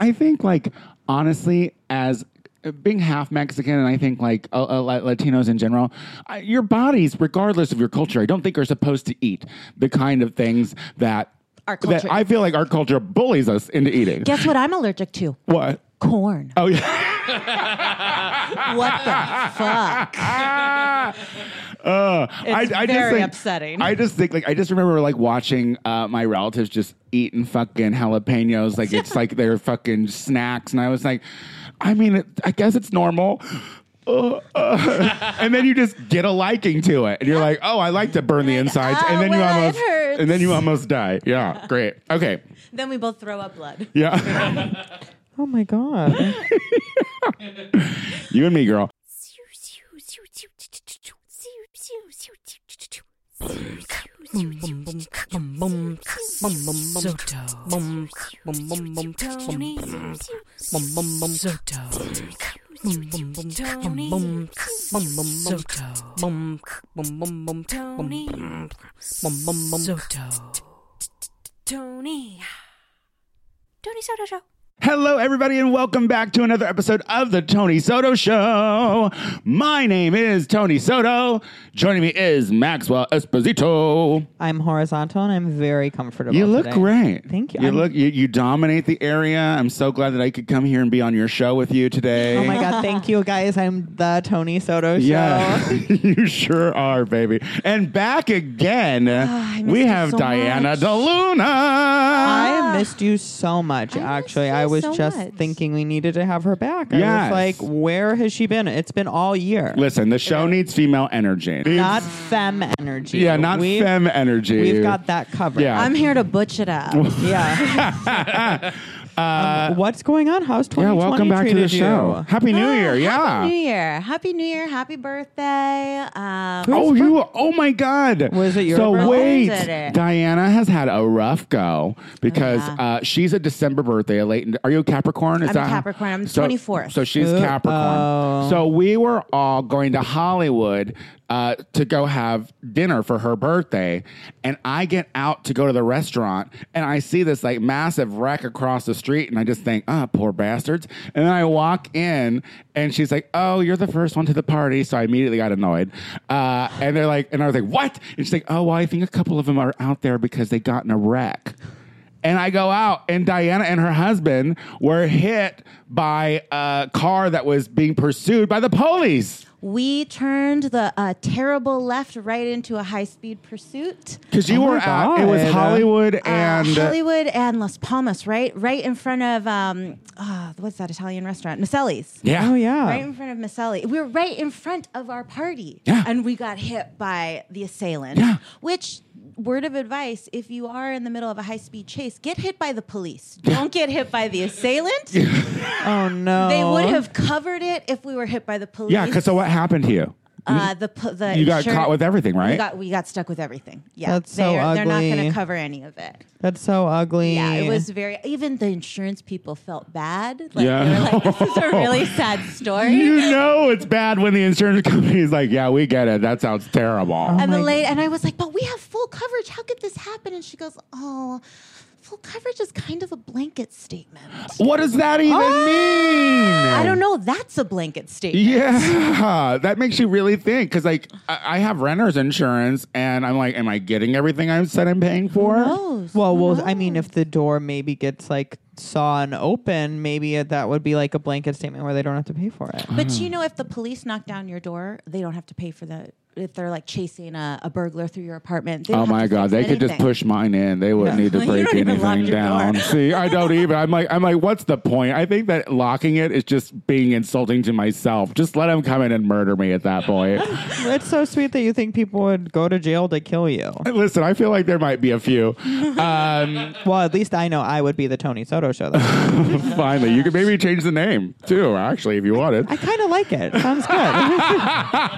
I think, like, honestly, as uh, being half Mexican, and I think like uh, uh, La- Latinos in general, uh, your bodies, regardless of your culture, I don't think are supposed to eat the kind of things that Our culture. that I feel like our culture bullies us into eating. Guess what I'm allergic to? what? Corn. Oh yeah. What the fuck? Uh, It's very upsetting. I just think like I just remember like watching uh, my relatives just eating fucking jalapenos like it's like their fucking snacks, and I was like, I mean, it, I guess it's normal. Uh, uh. and then you just get a liking to it, and you're like, "Oh, I like to burn the insides," and "Oh, then you well, it almost, hurts. and then you almost die. Yeah, great. Okay, Then we both throw up blood. yeah, Oh my god. you and me, girl. Tony. Tony Soto Show. Hello, everybody, and welcome back to another episode of the Tony Soto Show. My name is Tony Soto. Joining me is Maxwell Esposito. I'm horizontal and I'm very comfortable. You look today. great. Thank you. You I'm- look you, you dominate the area. I'm so glad that I could come here and be on your show with you today. Oh my god, thank you guys. I'm the Tony Soto show. Yeah, you sure are, baby. And back again, we Ah, you have so Diana much. DeLuna. I missed you so much, actually. Ah. you I was so just much. thinking we needed to have her back. I Yes. was like, where has she been? It's been all year. Listen, the show needs female energy. Not femme energy. yeah, not We've- femme energy. We've got that covered. Yeah. I'm here to butch it up. Yeah. Um, what's going on? How's 2020 Uh, Yeah, welcome back to the treated show. you? Happy New Year. Yeah. Happy New Year. Happy New Year. Happy birthday. Um, Oh, you! Oh my God! Was it your so? birthday? Wait, Was it? Diana has had a rough go because uh, she's a December birthday. A late. Are you a Capricorn? Is I'm a Capricorn. I'm so, 24th. So she's Capricorn. So we were all going to Hollywood uh, to go have dinner for her birthday, and I get out to go to the restaurant, and I see this like massive wreck across the street, and I just think, ah, poor bastards. And then I walk in, and she's like, "Oh, you're the first one to the party," so I immediately got annoyed. Uh, and they're like, and I was like, "What?" And she's like, "Oh, well, I think a couple of them are out there because they got in a wreck." And I go out, and Diana and her husband were hit by a car that was being pursued by the police. we turned the uh, terrible left right into a high speed pursuit. Because you Oh my were out, it was God. Hollywood Uh, and Hollywood and Las Palmas, right? Right in front of, um, ah, what's that Italian restaurant? Maselli's. yeah, Oh, yeah. Right in front of Maselli. We were right in front of our party. Yeah. And we got hit by the assailant. Yeah. Which, word of advice, if you are in the middle of a high speed chase, get hit by the police. Don't get hit by the assailant. Oh, no. They would have covered it if we were hit by the police. yeah. Because so what happened to you? uh, the, po- the You got insurance- caught with everything, We right? got, we got stuck with everything. Yeah. That's so they're, They're not ugly. to cover any of it. That's so ugly. Yeah, it was very. Even the insurance people felt bad. Like, Yeah. they were like, this is a really sad story. you know it's bad when the insurance company is like, "Yeah, we get it. That sounds terrible." and the my lady, and I was like, but we have full coverage. How could this happen? And she goes, oh, full coverage is kind of a blanket statement. what does that even Oh! mean? I don't know. That's a blanket statement. Yeah, that makes you really think because, like, I, I have renter's insurance, and I'm like, am I getting everything I said I'm paying for? Gross. Well, well, I mean, if the door maybe gets like sawn open, maybe it- that would be like a blanket statement where they don't have to pay for it. But hmm. you know, if the police knock down your door, they don't have to pay for the. If they're like chasing a, a burglar through your apartment, they don't Oh have my to god, fix they could just anything. push mine in. They wouldn't need to You break don't even lock anything your down. door. See, I don't even. I'm like, I'm like, what's the point? I think that locking it is just being insulting to myself. Just let them come in and murder me at that point. It's so sweet that you think people would go to jail to kill you. Listen, I feel like there might be a few. Um, Well, at least I know I would be the Tony Soto show. Though. finally, you could maybe change the name too. Actually, if you wanted. I kind of like it. Sounds good.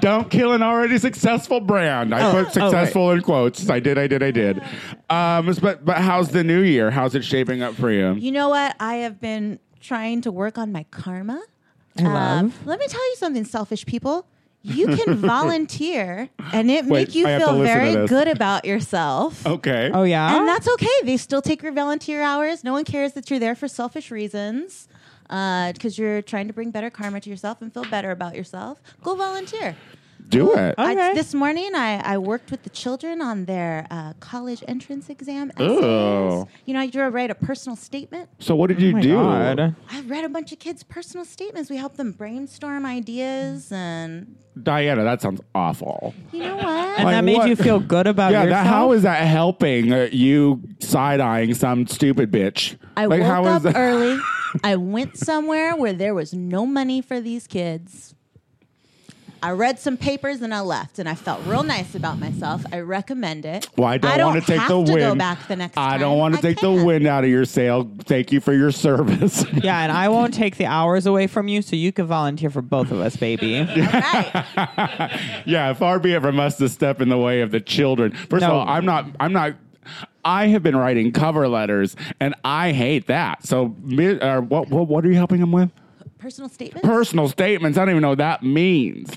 Don't kill an already successful brand. Oh, I put successful in quotes. I did, I did, I did. Um, but but how's the new year? How's it shaping up for you? You know what? I have been trying to work on my karma. Uh, I love. let me tell you something, selfish people. You can volunteer and it Wait, make you I have to feel listen to very this. good about yourself. Okay. Oh yeah. And that's okay. They still take your volunteer hours. No one cares that you're there for selfish reasons. Because you're trying to bring better karma to yourself and feel better about yourself. Go volunteer. Do it. Oh. I- Okay. this morning, I, I worked with the children on their uh, college entrance exam. Essays. Ooh. You know, I drew write a personal statement. So what Oh did you Oh my do? God. I read a bunch of kids' personal statements. We helped them brainstorm ideas, and Diana, that sounds awful. you know And what? Like, that made what- you feel good about yeah, Oh, yourself. that, how is that helping uh, you side eyeing some stupid bitch? I like, how is woke up that? early. I went somewhere where there was no money for these kids. I read some papers and I left, and I felt real nice about myself. I recommend it. Well, I don't, want to take have the to wind. go back the next I don't time. want I to take the can. wind out of your sail. Thank you for your service. Yeah, and I won't take the hours away from you, so you can volunteer for both of us, baby. Right. yeah, far be it from us to step in the way of the children. First of No. all, I'm not. I'm not. I have been writing cover letters, and I hate that. So, mi- uh, what, what what are you helping them with? Personal statement. Personal statements. I don't even know what that means.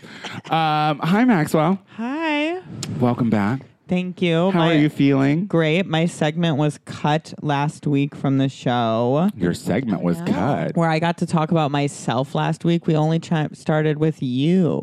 Um, hi, Maxwell. Hi. Welcome back. Thank you. How My- are you feeling? Great. My segment was cut last week from the show. Your segment was cut. Where I got to talk about myself last week. We only tri- started with you.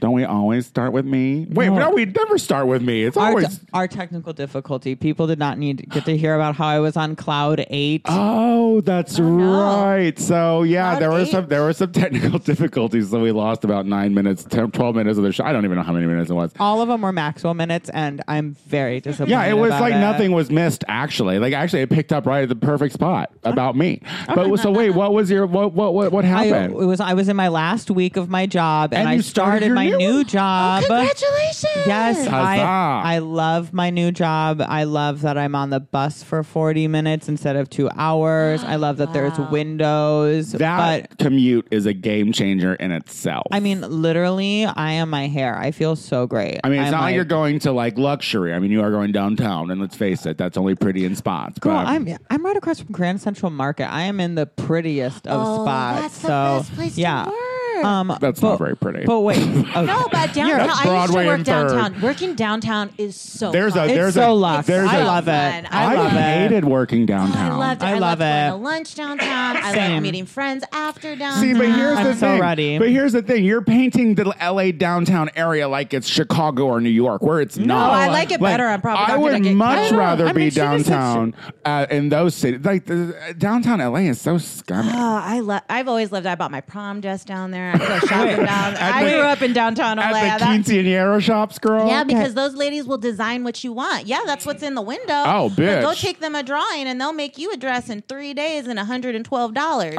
Don't we always start with me? Wait, no, we never start with me. It's Our, always. our technical difficulty. People did not need get to hear about how I was on cloud eight. Oh, that's no. right. So yeah, Cloud there were eight. some there were some technical difficulties, so we lost about nine minutes, 10, 12 minutes of the show. I don't even know how many minutes it was. All of them were Maxwell minutes, and I'm very disappointed. Yeah, it was about like nothing was missed. Actually, like actually, it picked up right at the perfect spot about me. But so wait, what was your what what what, what I, happened? it was I was in my last week of my job, and, And I you started your my new- new, Oh, job. Congratulations. Yes, Huzzah. I I love my new job. I love that I'm on the bus for 40 minutes instead of two hours. I love that there's windows. that but commute is a game changer in itself. I mean, literally, I am my hair. I feel so great. I mean, it's I'm not like, you're going to like luxury. I mean, you are going downtown, and let's face it, that's only pretty in spots. Girl, but- I'm I'm right across from Grand Central Market. I am in the prettiest of Oh, spots. that's the so best place to yeah, work. um, That's but, not very pretty. But wait, Oh, okay. No, but downtown. That's I used to Broadway work and Third. downtown. Working downtown is so. There's fun. a- it's there's a- so luxe. there's I a- love it. Fun. I, I love it. hated working downtown. I loved it. I I, love loved going it. to lunch downtown. I Same. loved meeting friends after downtown. See, but here's the I'm so thing. ready. But here's the thing. You're painting the LA downtown area like it's Chicago or New York, where it's not. I like it better. I'm probably I not gonna would get much cut. rather I don't know. I be mean, she just said downtown uh, in those cities. Like the, uh, downtown LA is so scummy. Oh, I love. I've always loved. I bought my prom dress down there. I go shopping down. I the- grew up in downtown LA. At the That- quinceanero shops, girl. yeah, because those ladies will design what you want. Yeah, that's what's in the window. Oh, But go bitch. take them a drawing, and they'll make you a dress in three days and hundred and twelve dollars.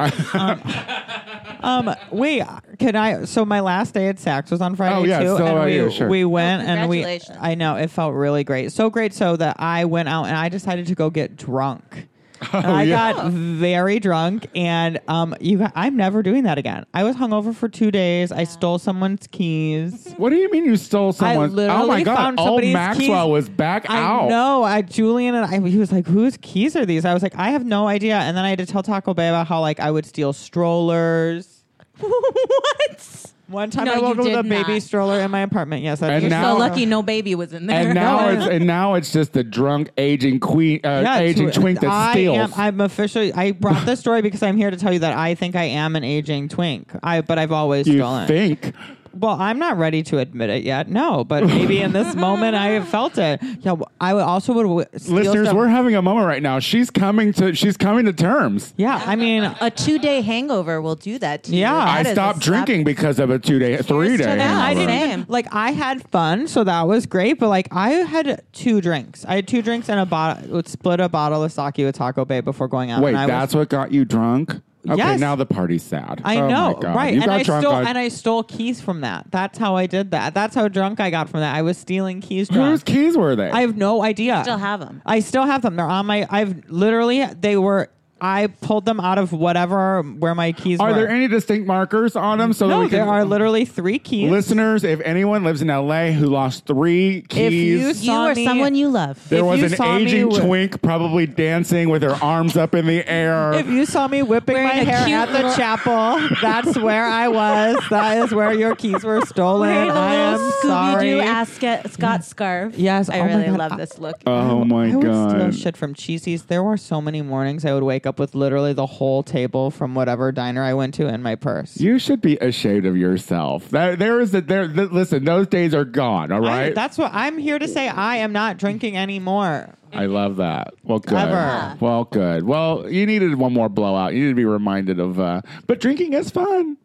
Um, wait, can I? So my last day at Saks was on Friday Oh, yeah, too, so, and uh, we, yeah, sure. we went and we. congratulations. I know it felt really great, so great, so that I went out and I decided to go get drunk. And I Oh, yeah. got very drunk, and um, you, got, I'm never doing that again. I was hungover for two days. I stole someone's keys. What do you mean you stole someone's? literally oh my god! found old somebody's Maxwell keys. was back I out. know. I Julian and I. He was like, "Whose keys are these?" I was like, "I have no idea." And then I had to tell Taco Bay about how like I would steal strollers. what? One time No, I you walked with did a baby not. stroller in my apartment. Yes, I And did. now- So lucky no baby was in there. And now No, it's no. and now it's just the drunk aging queen, uh, Yeah, aging tw- twink that I steals. Am, I'm officially. I brought this story because I'm here to tell you that I think I am an aging twink. I, but I've always you stolen. think? Well, I'm not ready to admit it yet. No, but maybe in this moment I have felt it. Yeah, well, I would also would w- steal Listeners, stuff- we're having a moment right now. She's coming to she's coming to terms. Yeah, I mean, a two day hangover will do that to you. Yeah. That I is a stopped slap- drinking because of a two day, three day. to that. I hangover. didn't Same. even, like I had fun, so that was great. But like I had two drinks. I had two drinks and a bottle. Split a bottle of sake with Taco Bay before going out. Wait, and I was that's what got you drunk. Okay, Yes. now the party's sad. I Oh my know, God. right? You and got I drunk stole on- and I stole keys from that. That's how I did that. That's how drunk I got from that. I was stealing keys. whose Drunk. keys were they? I have no idea. Still have 'em. I still have them. They're on my. I've literally. They were. I pulled them out of whatever where my keys Are were. there any distinct markers on them? So that no, we can, there are literally three keys. listeners. If anyone lives in LA who lost three If you keys, You Saw or me- someone you love. there if was you an saw me aging with- twink probably dancing with her arms up in the air. If you saw me whipping Wearing my a hair cute at the little- chapel, that's where I was. That is where your keys were stolen. Wearing a I am little sorry. Scooby-Doo Ascot Scott scarf. Yes, I oh my really God. love this look. oh my I would steal god! shit from Cheesies. There were so many mornings I would wake up with literally the whole table from whatever diner I went to in my purse. You should be ashamed of yourself. There, there is a, there. th- listen, those days are gone. All I- right, that's what I'm here to say. I am not drinking anymore. I, love that. Well, good. Ever. Well, good. Well, you needed one more blowout. You need to be reminded of. Uh, but drinking is fun.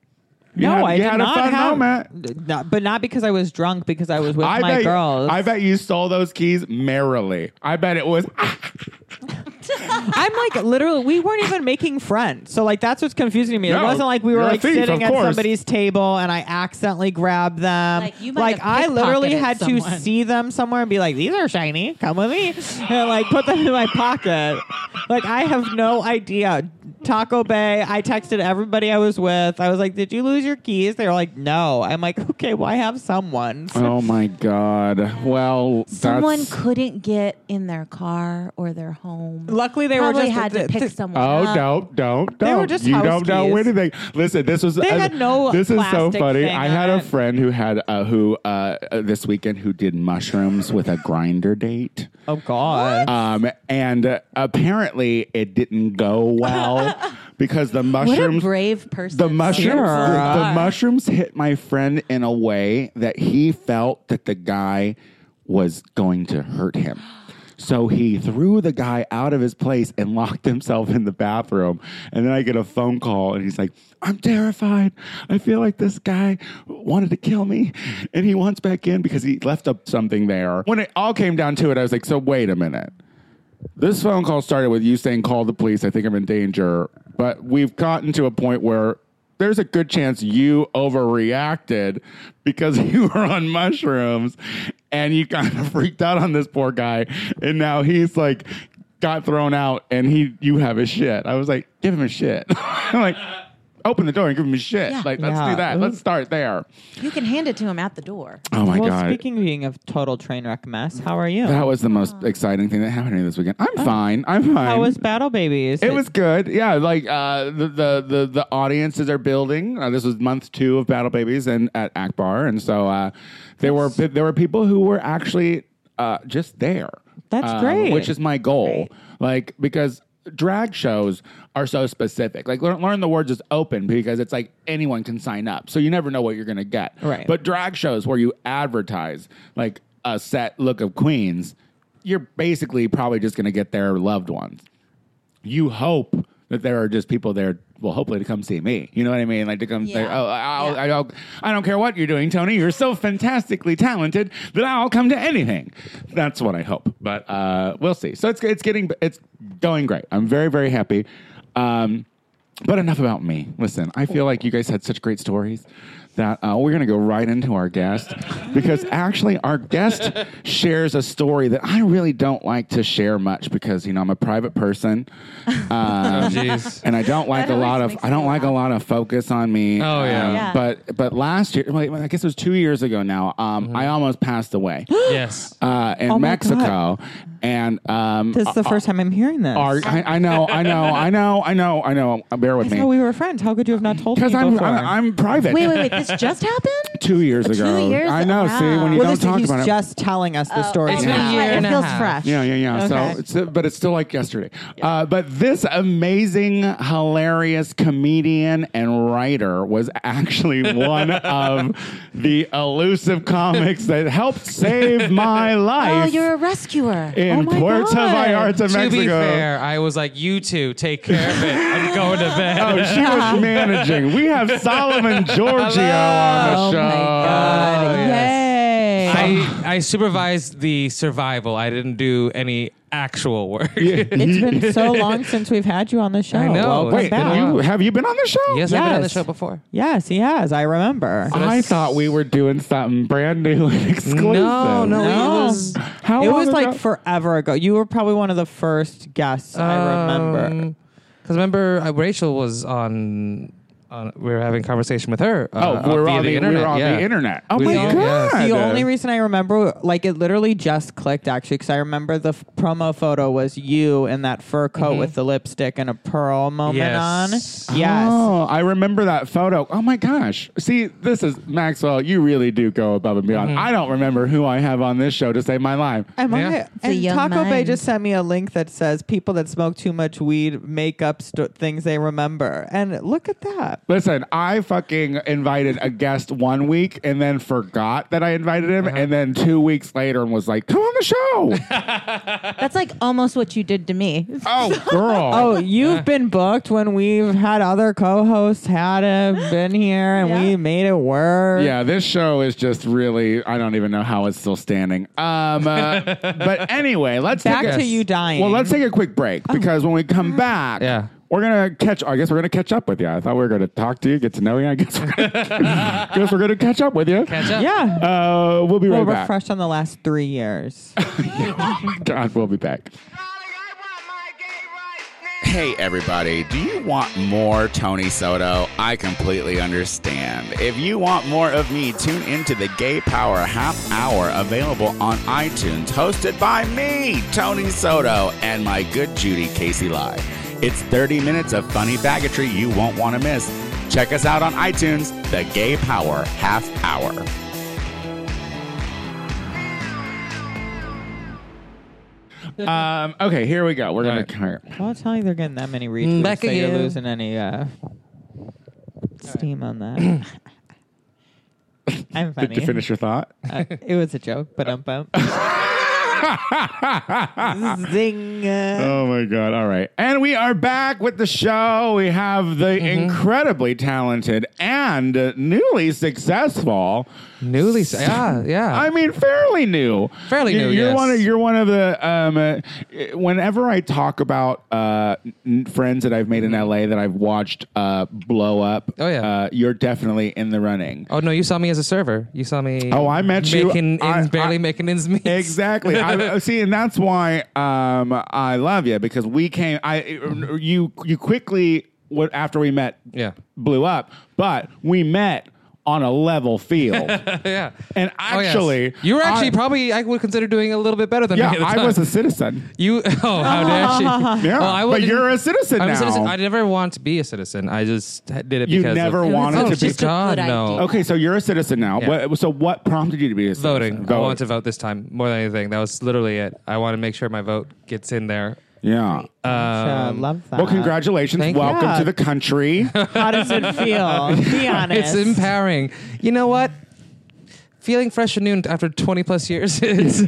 You no, had, I you did had not a fun have, moment. Not- but not because I was drunk. Because I was with I my bet, girls. I bet you stole those keys merrily. I bet it was. Uh, I'm like literally, we weren't even making friends. So like that's what's confusing to me. No, it wasn't like we were you're a like thief, sitting of at course. somebody's table and I accidentally grabbed them. Like, you might Like, have I literally pickpocketed had to someone. see them somewhere and be like, "These are shiny. Come with me," and like put them in my pocket. Like I have no idea. Taco Bay. I texted everybody I was with. I was like, "Did you lose your keys?" They were like, "No." I'm like, "Okay, well I have someone's." oh my god! Well, Someone that's, couldn't get in their car or their home. Luckily, they Probably were just had to th- pick th- someone. Oh, up. don't, don't, don't. They were just you house don't know keys. anything. Listen, this was. uh, They had no This is so plastic funny. thing I had on a it. friend who had uh, who uh, uh, this weekend who did mushrooms with a grinder date. Oh God. Um, and uh, apparently it didn't go well because the mushrooms. brave person. The mushrooms, Sure. the, the mushrooms hit my friend in a way that he felt that the guy was going to hurt him. So he threw the guy out of his place and locked himself in the bathroom. And then I get a phone call and he's like, I'm terrified. I feel like this guy wanted to kill me and he wants back in because he left up something there. When it all came down to it, I was like, so wait a minute. This phone call started with you saying, call the police. I think I'm in danger. But we've gotten to a point where there's a good chance you overreacted because you were on mushrooms and you kind of freaked out on this poor guy. And now he's like, got thrown out and he, you have his shit. I was like, give him his shit. I'm like, open the door and give him his shit. Yeah. Like, let's Yeah. do that. Ooh. Let's start there. You can hand it to him at the door. Oh my well, God. speaking of being a total train wreck mess, how are you? that was the most exciting thing that happened to me this weekend. I'm fine. I'm fine. Oh. How was Battle Babies? It was good. Yeah, like uh, the, the the the audiences are building. Uh, this was month two of Battle Babies and at Akbar, and so uh, there were pe- there were people who were actually uh, just there. That's um, great. Which is my goal, like because drag shows are so specific. Like learn, learn the words is open because it's like anyone can sign up, so you never know what you're gonna get. Right. But drag shows where you advertise like a set look of queens. You're basically probably just going to get their loved ones you hope that there are just people there. Well, hopefully to come see me. You know what I mean? Like to come. Yeah. Say, oh, I'll, Yeah. I don't. I don't care what you're doing, Tony. You're so fantastically talented that I'll come to anything. That's what I hope. But uh, we'll see. So it's it's getting it's going great. I'm very very happy. Um, but enough about me. Listen, I feel like you guys had such great stories that uh, we're going to go right into our guest because actually our guest shares a story that I really don't like to share much because you know I'm a private person. Um, Oh, Jeez. and I don't like That a lot always of makes I don't me like a laugh. lot of focus on me. Oh, yeah. Yeah. Um, But but last year, well, I guess it was two years ago now. Um, I almost passed away yes. uh, in Oh my Mexico, and um, This is the first time I'm hearing this. our, I, I know, I know, I know, I know, I know. Uh, Bear I with thought me. we were friends. How could you have not told me Because before? I'm, I'm I'm private. Wait, wait, wait. This just happened? Two years Two ago. years? I know. See, when you Wow. well, don't this talk he's about it, just telling us the story. It's been now. a year Oh It and a feels half. fresh. Yeah, yeah, yeah. Okay. So, it's, but it's still like yesterday. Uh, but this amazing, hilarious comedian and writer was actually one of the elusive comics that helped save my Oh, life you're a rescuer. in Oh my Puerto God. Vallarta, to Mexico. be fair, I was like, you two, take care of it. I'm going to bed. Oh, she was managing. We have Solomon Giorgio on the show. Oh my God. Yay. I, I supervised the survival. I didn't do any actual work. it's been so long since we've had you on the show. I know. Welcome Wait, back. you, have you been on the show? Yes, I've been on the Yes. show before. yes, he has. I remember. I thought we were doing something brand new and exclusive. No, No. no, it was. How it long was like ago- forever ago. You were probably one of the first guests I remember. Um, Because remember, uh, Rachel was on. on we were having a conversation with her. Uh, oh, we were via on the, we internet. were on yeah. the internet. Oh We my were on- yeah. god! I The only reason I remember, like, it literally just clicked actually, because I remember the f- promo photo was you in that fur coat Mm-hmm. with the lipstick and a pearl moment Yes. on. Yes. Oh, I remember that photo. Oh my gosh. See, this is Maxwell. You really do go above and beyond. I don't remember who I have on this show to save my life. Am Yeah. I? It's a And young Taco Bay mind. just sent me a link that says people that smoke too much weed make up st- things they remember. And look at that. Listen, I fucking invited a guest one week and then forgot that I invited him, and then two weeks later and was like, "Come on the show." That's like almost what you did to me. oh, girl. Oh, you've been booked when we've had other co-hosts had it, been here, and Yeah. we made it work. Yeah, this show is just really, I don't even know how it's still standing. Um, uh, but anyway, let's Back take a, to you dying. Oh. Well, let's take a quick break because when we come back, Yeah. we're gonna catch. I guess we're gonna catch up with you. I thought we were gonna talk to you, get to know you. I guess we're gonna, guess we're gonna catch up with you. Catch up. Yeah. Uh, we'll be well, right we're back. fresh on the last three years. God, we'll be back. Hey, everybody, do you want more Tony Soto? I completely understand. If you want more of me, tune into the Gay Power Half Hour available on iTunes, hosted by me, Tony Soto, and my good Judy Casey Lai. It's 30 minutes of funny faggotry you won't want to miss. Check us out on iTunes, the Gay Power Half Hour. Um, okay, here we go. We're gonna- well, it's not like they're getting that many Mm, retweets. back so you're again. losing any uh, steam on that. I'm funny. Did you finish your thought? Uh, it was a joke, but um bump. Zing. Oh my God. All right. And we are back with the show. We have the Mm-hmm. incredibly talented and uh, newly successful. Newly. s- Yeah. Yeah. I mean, fairly new. Fairly You- new, You're yes. one. Of, you're one of the. Um, uh, whenever I talk about uh, n- friends that I've made in LA that I've watched uh, blow up. Mm-hmm. Oh, yeah. Uh, you're definitely in the running. oh no, you saw me as a server. You saw me. Oh, I met you. making I- ends, barely I- making ends meet. Exactly. I, uh, see, and that's why um, I love you because we came. I you you quickly what after we met Yeah. blew up, but we met on a level field. yeah. and Oh, yes. actually, you were actually I- probably I would consider doing a little bit better than yeah, me at the I time. was a citizen. You oh how dare she? Yeah, Oh, I but wouldn't- you're a citizen I'm now. a citizen. I never want to be a citizen. I just did it You because never of, wanted oh, to be- she's Just a God, good no. idea. okay, so you're a citizen now. Yeah. What, so what prompted you to be a citizen? Voting. I want to vote this time more than anything. That was literally it. I want to make sure my vote gets in there. Yeah. Um, Sure, love that. well, congratulations. Uh, thank you. Welcome Yeah. to the country. How does it feel? Be honest. It's empowering. You know what? Feeling fresh and new after 20 plus years is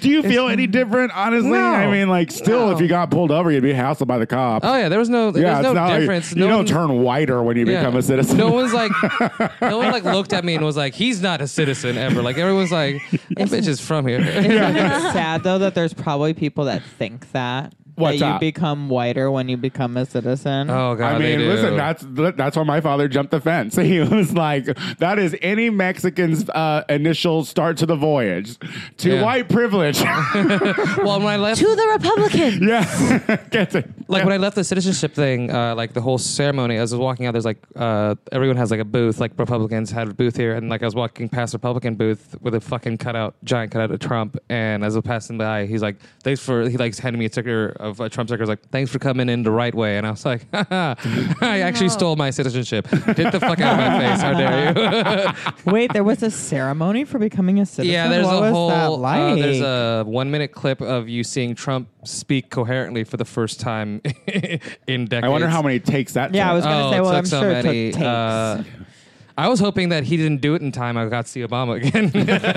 Do you feel any different? Honestly, No. I mean, like, still, No. if you got pulled over, you'd be hassled by the cops. Oh yeah, there was no there yeah, was it's no not like- difference. you no don't one- turn whiter when you yeah. become a citizen. No one's like no one like looked at me and was like, he's not a citizen ever. Like everyone's like, that bitch is from here. Isn't it sad though that there's probably people that think that What's that you up? become whiter when you become a citizen. Oh god. I they mean, do. listen, that's that's why my father jumped the fence. He was like, "That is any Mexican's uh, initial start to the voyage to Yeah. white privilege." well when I left To the Republican. yeah, gets it. like when I left the citizenship thing, uh, like the whole ceremony, as I was walking out, there's like uh, everyone has like a booth. Like Republicans had a booth here, and like I was walking past a Republican booth with a fucking cutout, giant cutout of Trump. And as I was passing by, he's like, "Thanks for." He like handed me a sticker of a Trump sticker. He's like, "Thanks for coming in the right way." And I was like, "I actually stole my citizenship. Get the fuck out of my face! How dare you?" Wait, there was a ceremony for becoming a citizen. Yeah, there's what a was whole that uh, like? there's a one minute clip of you seeing Trump speak coherently for the first time in decades. I wonder how many takes that. Yeah, I took. was gonna Oh, say, it well, took I'm so sure it took many. takes. Uh, I was hoping that he didn't do it in time. I got to see Obama again,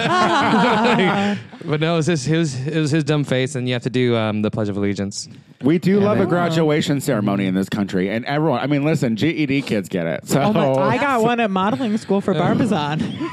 but no, it was his, it was, it was his dumb face, and you have to do um, the Pledge of Allegiance. We do love they- a graduation ceremony in this country, and everyone. I mean, listen, GED E kids get it. So oh my, I got one at modeling school for Barbizon.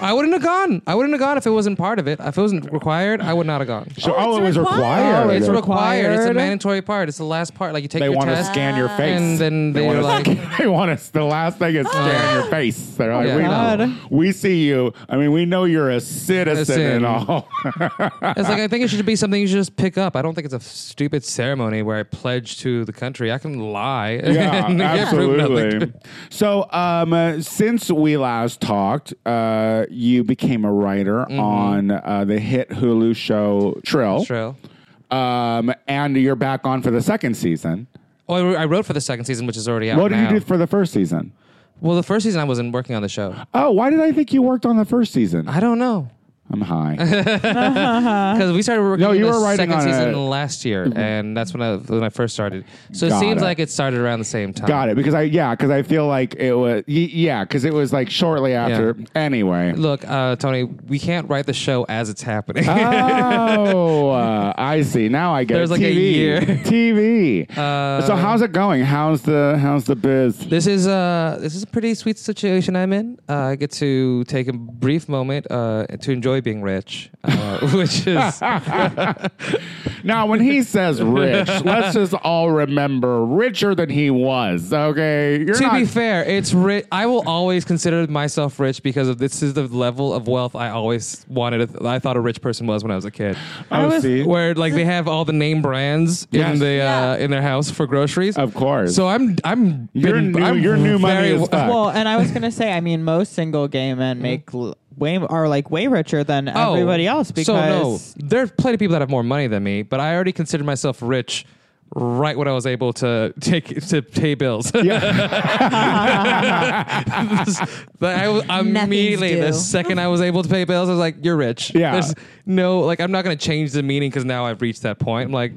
I wouldn't have gone. I wouldn't have gone if it wasn't part of it. If it wasn't required, I would not have gone. So, Oh, oh, it's it was required. required. Oh, it's required. It's a Required. mandatory part. It's the last part. Like you take they your want to test, scan your face. and then they they want were like, to, they want us. The last thing is scan your face. They're like, Yeah. we God. know, we see you. I mean, we know you're a citizen Citizen. and all. It's like I think it should be something you should just pick up. I don't think it's a stupid ceremony where I pledge to the country. I can lie. Yeah, and get proof nothing. absolutely. So, um, uh, since we last talked, uh, you became a writer on uh, the hit Hulu show Trill, True. um, and you're back on for the second season. Oh, I wr- I wrote for the second season, which is already out. What did now. you do for the first season? well, the first season I wasn't working on the show. Oh, why did I think you worked on the first season? I don't know I'm high. because we started working. No, you on were the writing second on season a- last year, and that's when I when I first started. So Got it seems it. like it started around the same time. Got it. Because I yeah, because I feel like it was y- yeah, because it was like shortly after. Anyway. Look, uh, Tony, we can't write the show as it's happening. oh, uh, I see. Now I get There's it. like a TV. year. Uh, TV. so how's it going? How's the how's the biz? This is uh this is a pretty sweet situation I'm in. Uh, I get to take a brief moment uh, to enjoy being rich, uh, which is Now, when he says rich, let's just all remember richer than he was. Okay, you're to not. be fair, it's rich. I will always consider myself rich because of this is the level of wealth I always wanted. I thought a rich person was when I was a kid. Oh, see? where like they have all the name brands Yes. in the Yeah. uh, in their house for groceries. Of course. So I'm I'm You're new- I'm you're new money very- as fuck. Well, and I was gonna say, I mean, most single gay Mm-hmm. men make l- way are like way richer than everybody else because Oh. so no, there's plenty of people that have more money than me, but I already considered myself rich right when I was able to take to pay bills. but I was- immediately due. the second I was able to pay bills, I was like, "You're rich." Yeah. There's no like I'm not going to change the meaning because now I've reached that point. I'm like.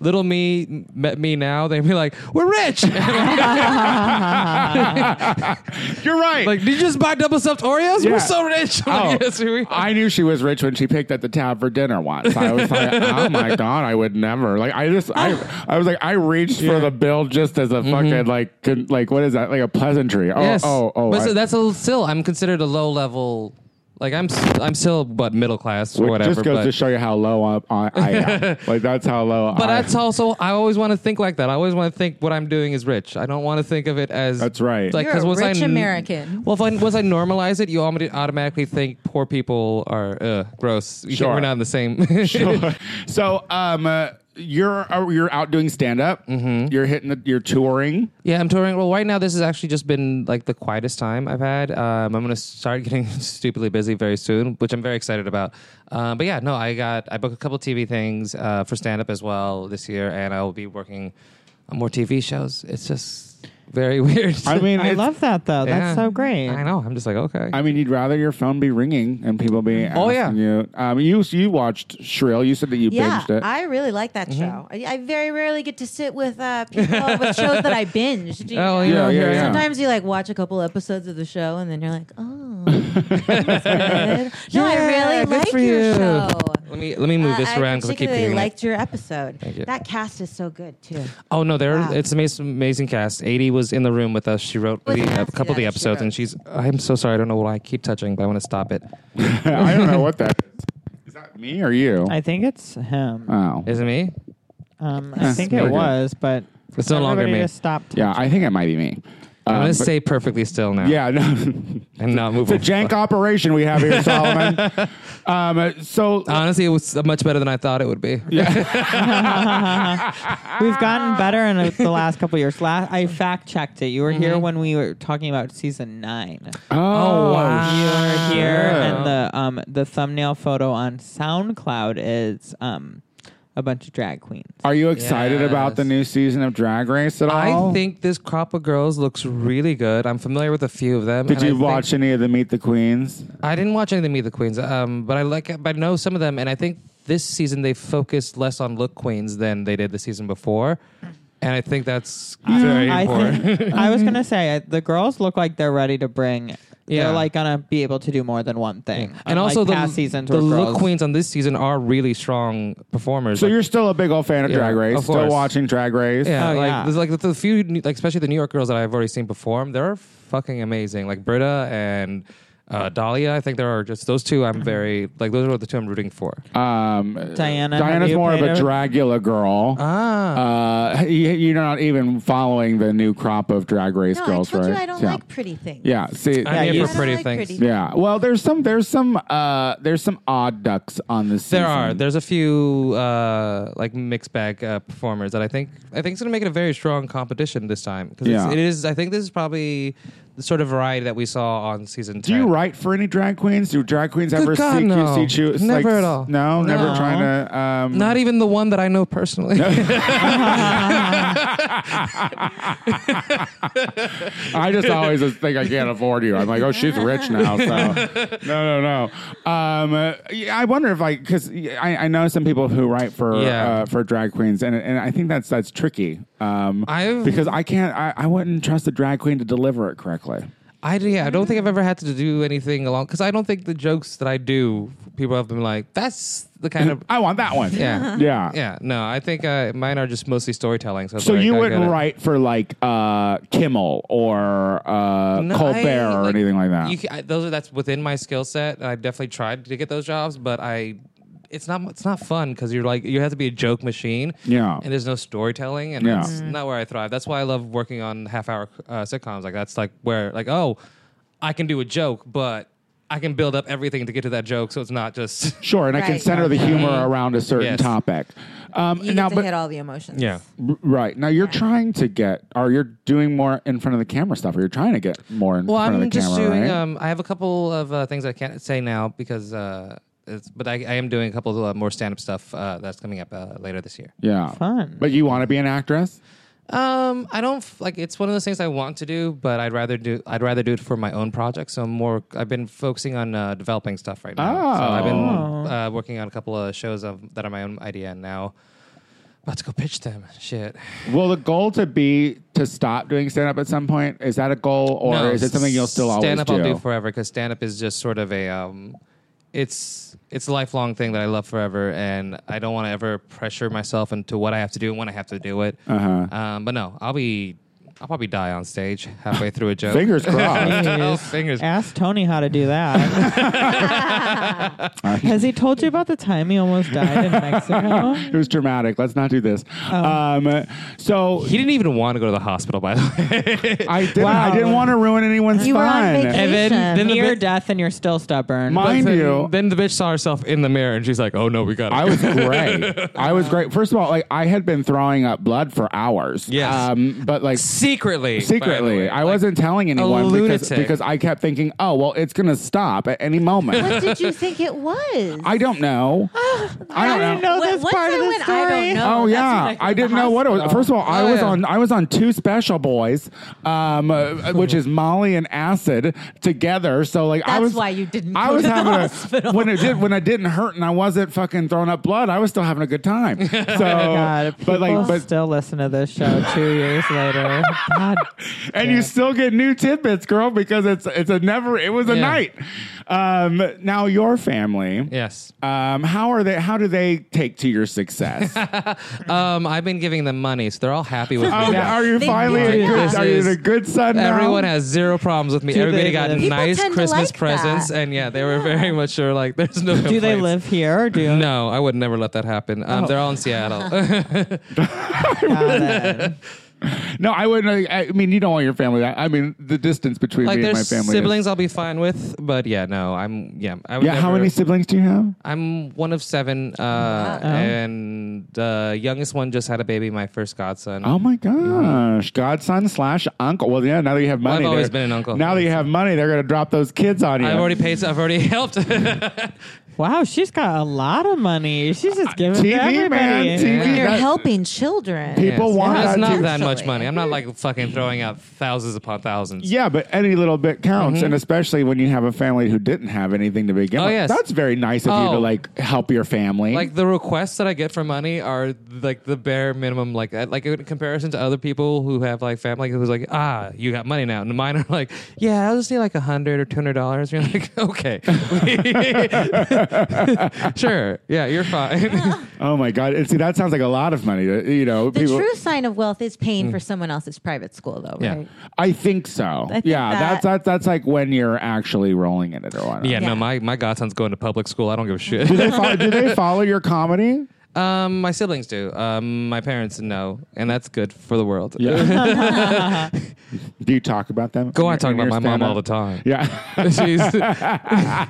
Little me met me now. They'd be like, "We're rich." you're right. like, did you just buy double stuffed Oreos? Yeah. We're so rich. I'm Oh, like, yes, we are. I knew she was rich when she picked at the tab for dinner once. I was like, oh my god, I would never. Like, I just, I, I was like, I reached for the bill just as a fucking like, con, like what is that? Like a pleasantry. Oh, Mm-hmm. Yes. oh, oh. But I- so that's a, still I'm considered a low level. Like I'm s- I'm still but middle class or which whatever. just goes but, to show you how low up I, I am. like that's how low. but I, that's also I always want to think like that. I always want to think what I'm doing is rich. I don't want to think of it as That's right. Like You're 'cause a once I rich n- American. Well, if I, once I normalize it, you automatic- automatically think poor people are uh, gross. You can't- Sure. We're not in the same. Sure. so, um, uh, you're uh, you're out doing stand up. Mm-hmm. You're hitting the, you're touring. Yeah, I'm touring. Well, right now this has actually just been like the quietest time I've had. Um, I'm gonna start getting stupidly busy very soon, which I'm very excited about. Um, but yeah, no, I got I booked a couple TV things uh, for stand up as well this year, and I will be working on more TV shows. It's just very weird. I mean, I it's- love that though. Yeah. That's so great. I know. I'm just like okay. I mean, you'd rather your phone be ringing and people be asking Oh, yeah. you. Um, you you watched Shrill. You said that you Yeah, binged it. I really like that Mm-hmm. show. I, I very rarely get to sit with uh, people with shows that I binged. you know? Oh Yeah, yeah, yeah, yeah. Sometimes you like watch a couple episodes of the show and then you're like, oh, that's good. no, I Yeah, really good like for your you. show. Let me let me move Uh, this around because I keep particularly doing it. liked your episode. you. That cast is so good too. Oh no, there Wow. it's amazing, amazing cast. 80 was in the room with us. She wrote Well, the, that's a couple of good. the She episodes, wrote. and she's. I'm so sorry. I don't know why I keep touching, but I want to stop it. I don't know what that is. Is that me or you? I think it's him. oh, Is it me? Um, I think very it good. was, but It's no longer everybody me. Just stopped. yeah. I think it might be me. I'm Um, gonna but- stay perfectly still now. Yeah. No. and not move. It's a jank operation we have here, Solomon. um, uh, so Honestly, it was much better than I thought it would be. We've gotten better in uh, the last couple years. Last, I fact checked it. You were Mm-hmm. here when we were talking about season nine. oh, wow. You were here, Yeah. and the um the thumbnail photo on SoundCloud is um a bunch of drag queens. Are you excited Yes. about the new season of Drag Race at all? I think this crop of girls looks really good. I'm familiar with a few of them. Did and I you think- watch any of the Meet the Queens? I didn't watch any of the Meet the Queens, um, but I like, but I know some of them, and I think this season they focused less on look queens than they did the season before, and I think that's very I important. think I was gonna say uh, the girls look like they're ready to bring. Yeah. They're like gonna be able to do more than one thing. and also Unlike the past seasons the where look girls- queens on this season are really strong performers. So Like, you're still a big old fan of Yeah, Drag Race, of still course. watching Drag Race. Yeah, Oh, like yeah. there's like the, the few, like especially the New York girls that I've already seen perform, they're fucking amazing. Like Britta and uh, Dahlia. I think there are just those two. I'm very like those are the two I'm rooting for. Um, Diana, have Diana's you more of paid a her- Dragula girl. Ah. Uh, you, you're not even following the new crop of Drag Race No, girls, I told right? you I don't yeah. like pretty things. Yeah. See. I'm you- here I for don't pretty like things. pretty- yeah. Well, there's some. There's some. Uh, there's some odd ducks on this. There season. are. There's a few uh, like mixed bag uh, performers that I think I think is going to make it a very strong competition this time because Yeah. it is. I think this is probably the sort of variety that we saw on season. 10. Do you write for any drag queens? Do drag queens ever God, seek no. you? Seek you? it's Never like- at all. No, never No. trying to. Um, Not even the one that I know personally. I just always just think I can't afford you. I'm like, oh, she's rich now. So no, no, no. Um, uh, yeah, I wonder if like because I, I know some people who write for Yeah. uh, for drag queens, and and I think that's that's tricky. Um, I've- because I can't. I, I wouldn't trust a drag queen to deliver it correctly. I do- yeah, I don't think I've ever had to do anything along because I don't think the jokes that I do, people have been like, that's the kind of I want that one. yeah, Yeah. yeah. No, I think uh, mine are just mostly storytelling. So, it's So like, you I wouldn't gotta- write for like uh, Kimmel or uh, No, Colbert I, or anything like that. You, ca- I, those are that's within my skill set, and I definitely tried to get those jobs, but I. It's not it's not fun because you're like you have to be a joke machine, Yeah. and there's no storytelling, and Yeah. that's not where I thrive. That's why I love working on half hour uh, sitcoms. Like that's like where like oh, I can do a joke, but I can build up everything to get to that joke, so it's not just Sure, and I can Right. center the humor around a certain Mm-hmm. Yes. topic. Um, You now, get to but hit all the emotions. R- Right. Now you're trying to get, or you're doing more in front of the camera stuff, or you're trying to get more in Well, front I'm of the just camera, doing. right? Um, I have a couple of uh, things I can't say now because, uh, it's, but I, I am doing a couple of uh, more stand-up stuff uh, that's coming up uh, later this year. yeah. Fun. But you want to be an actress? Um, I don't f- like. It's one of those things I want to do, but I'd rather do. I'd rather do it for my own project. So I'm more. I've been focusing on uh, developing stuff right now. So Ah. I've been uh, working on a couple of shows of, that are my own idea, and now about to go pitch them. Shit. Will the goal to be to stop doing stand up at some point? Is that a goal, or No, is it something you'll still always stand up? do? I'll do forever because stand up is just sort of a um, it's it's a lifelong thing that I love forever, and I don't want to ever pressure myself into what I have to do and when I have to do it. Uh-huh. Um, but no, I'll be I'll probably die on stage halfway through a joke. Fingers crossed. Oh, fingers. Ask Tony how to do that. Has he told you about the time he almost died in Mexico? it was dramatic. Let's not do this. Oh. Um, so He didn't even want to go to the hospital, by the way. I didn't. I Wow. didn't want to ruin anyone's You were on fun. vacation. And then- then the Near bit- death, and you're still stubborn. My- Mind then, you- then the bitch saw herself in the mirror and she's like, "Oh no, we got." I was great. I was great. First of all, like I had been throwing up blood for hours. Yes. Um, but like secretly. by the secretly, way. I Like, wasn't telling anyone because, lunatic. because I kept thinking, oh well, it's gonna stop at any moment. What did you think it was? I don't know. I don't know. know When- this once part I of the went, story. I don't know. Oh That's yeah, when I, I quit the didn't know what it was. hospital. First of all, I Oh, was yeah. on I was on two special boys, um, uh, which is Molly and Acid together. So like I That's was why you didn't I go was to the having a hospital. when it did when I didn't hurt and I wasn't fucking throwing up blood. I was still having a good time. Oh So, God, people but like but still listen to this show two years later. God, and you still get new tidbits, girl, because it's it's a never it was a Yeah. night. Um, now your family, Yes. um, how are they? How do they take to your success? Um, I've been giving them money, so they're all happy with me. Um, now. Are you They finally do a good? that. Are you a good son? now? Everyone has zero problems with me. Do Everybody they got live- People nice tend to Christmas like presents, that. and yeah, they were very much sure. Like, there's no. do they live Oh. here or do you? No, I would never let that happen. Um, They're all in Seattle. Got it. No, I wouldn't. I I mean, you don't want your family. that- I mean, the distance between like, me and my there's family. is- siblings I'll be fine with, but yeah, no, I'm yeah. I would Yeah, how never- many siblings do you have? I'm one of seven, uh, and the youngest one just had a baby. My first godson. Oh my gosh, godson slash uncle. Well, yeah. Now that you have Mm-hmm. Well, I've money, always they're- been an uncle. Now that you have money, they're gonna drop those kids on you. I've already paid. I've already helped. Wow, she's got a lot of money. She's just giving to TV man, everybody. TV. when you're that- helping children. People Yes. want It's that not too. that much money. I'm not like fucking throwing out thousands upon thousands. Yeah, but any little bit counts, and especially when you have a family who didn't have anything to begin Mm-hmm. Oh, with. yes. That's very nice of you to Oh. like help your family. Like the requests that I get for money are like the bare minimum. Like uh, like in comparison to other people who have like family, who's like, ah, you got money now, and mine are like, yeah, I'll just need like a hundred or two hundred dollars. You're like, okay, sure. Yeah, you're fine. Oh my god! And see, that sounds like a lot of money. To, you know, The people. true sign of wealth is paying for someone else's private school, though, Mm. Yeah. right? I think so. think yeah, that- that's that's that's like when you're actually rolling in it or whatever. yeah, Yeah. no, my, my godson's going to public school. I don't give a Do shit. they, follow, do they follow your comedy? um, my siblings do. Um, my parents no, and that's good for the world. Yeah. do you talk about them? Go in on, your- talk in your about my mom stand-up? all the time. Yeah. She's-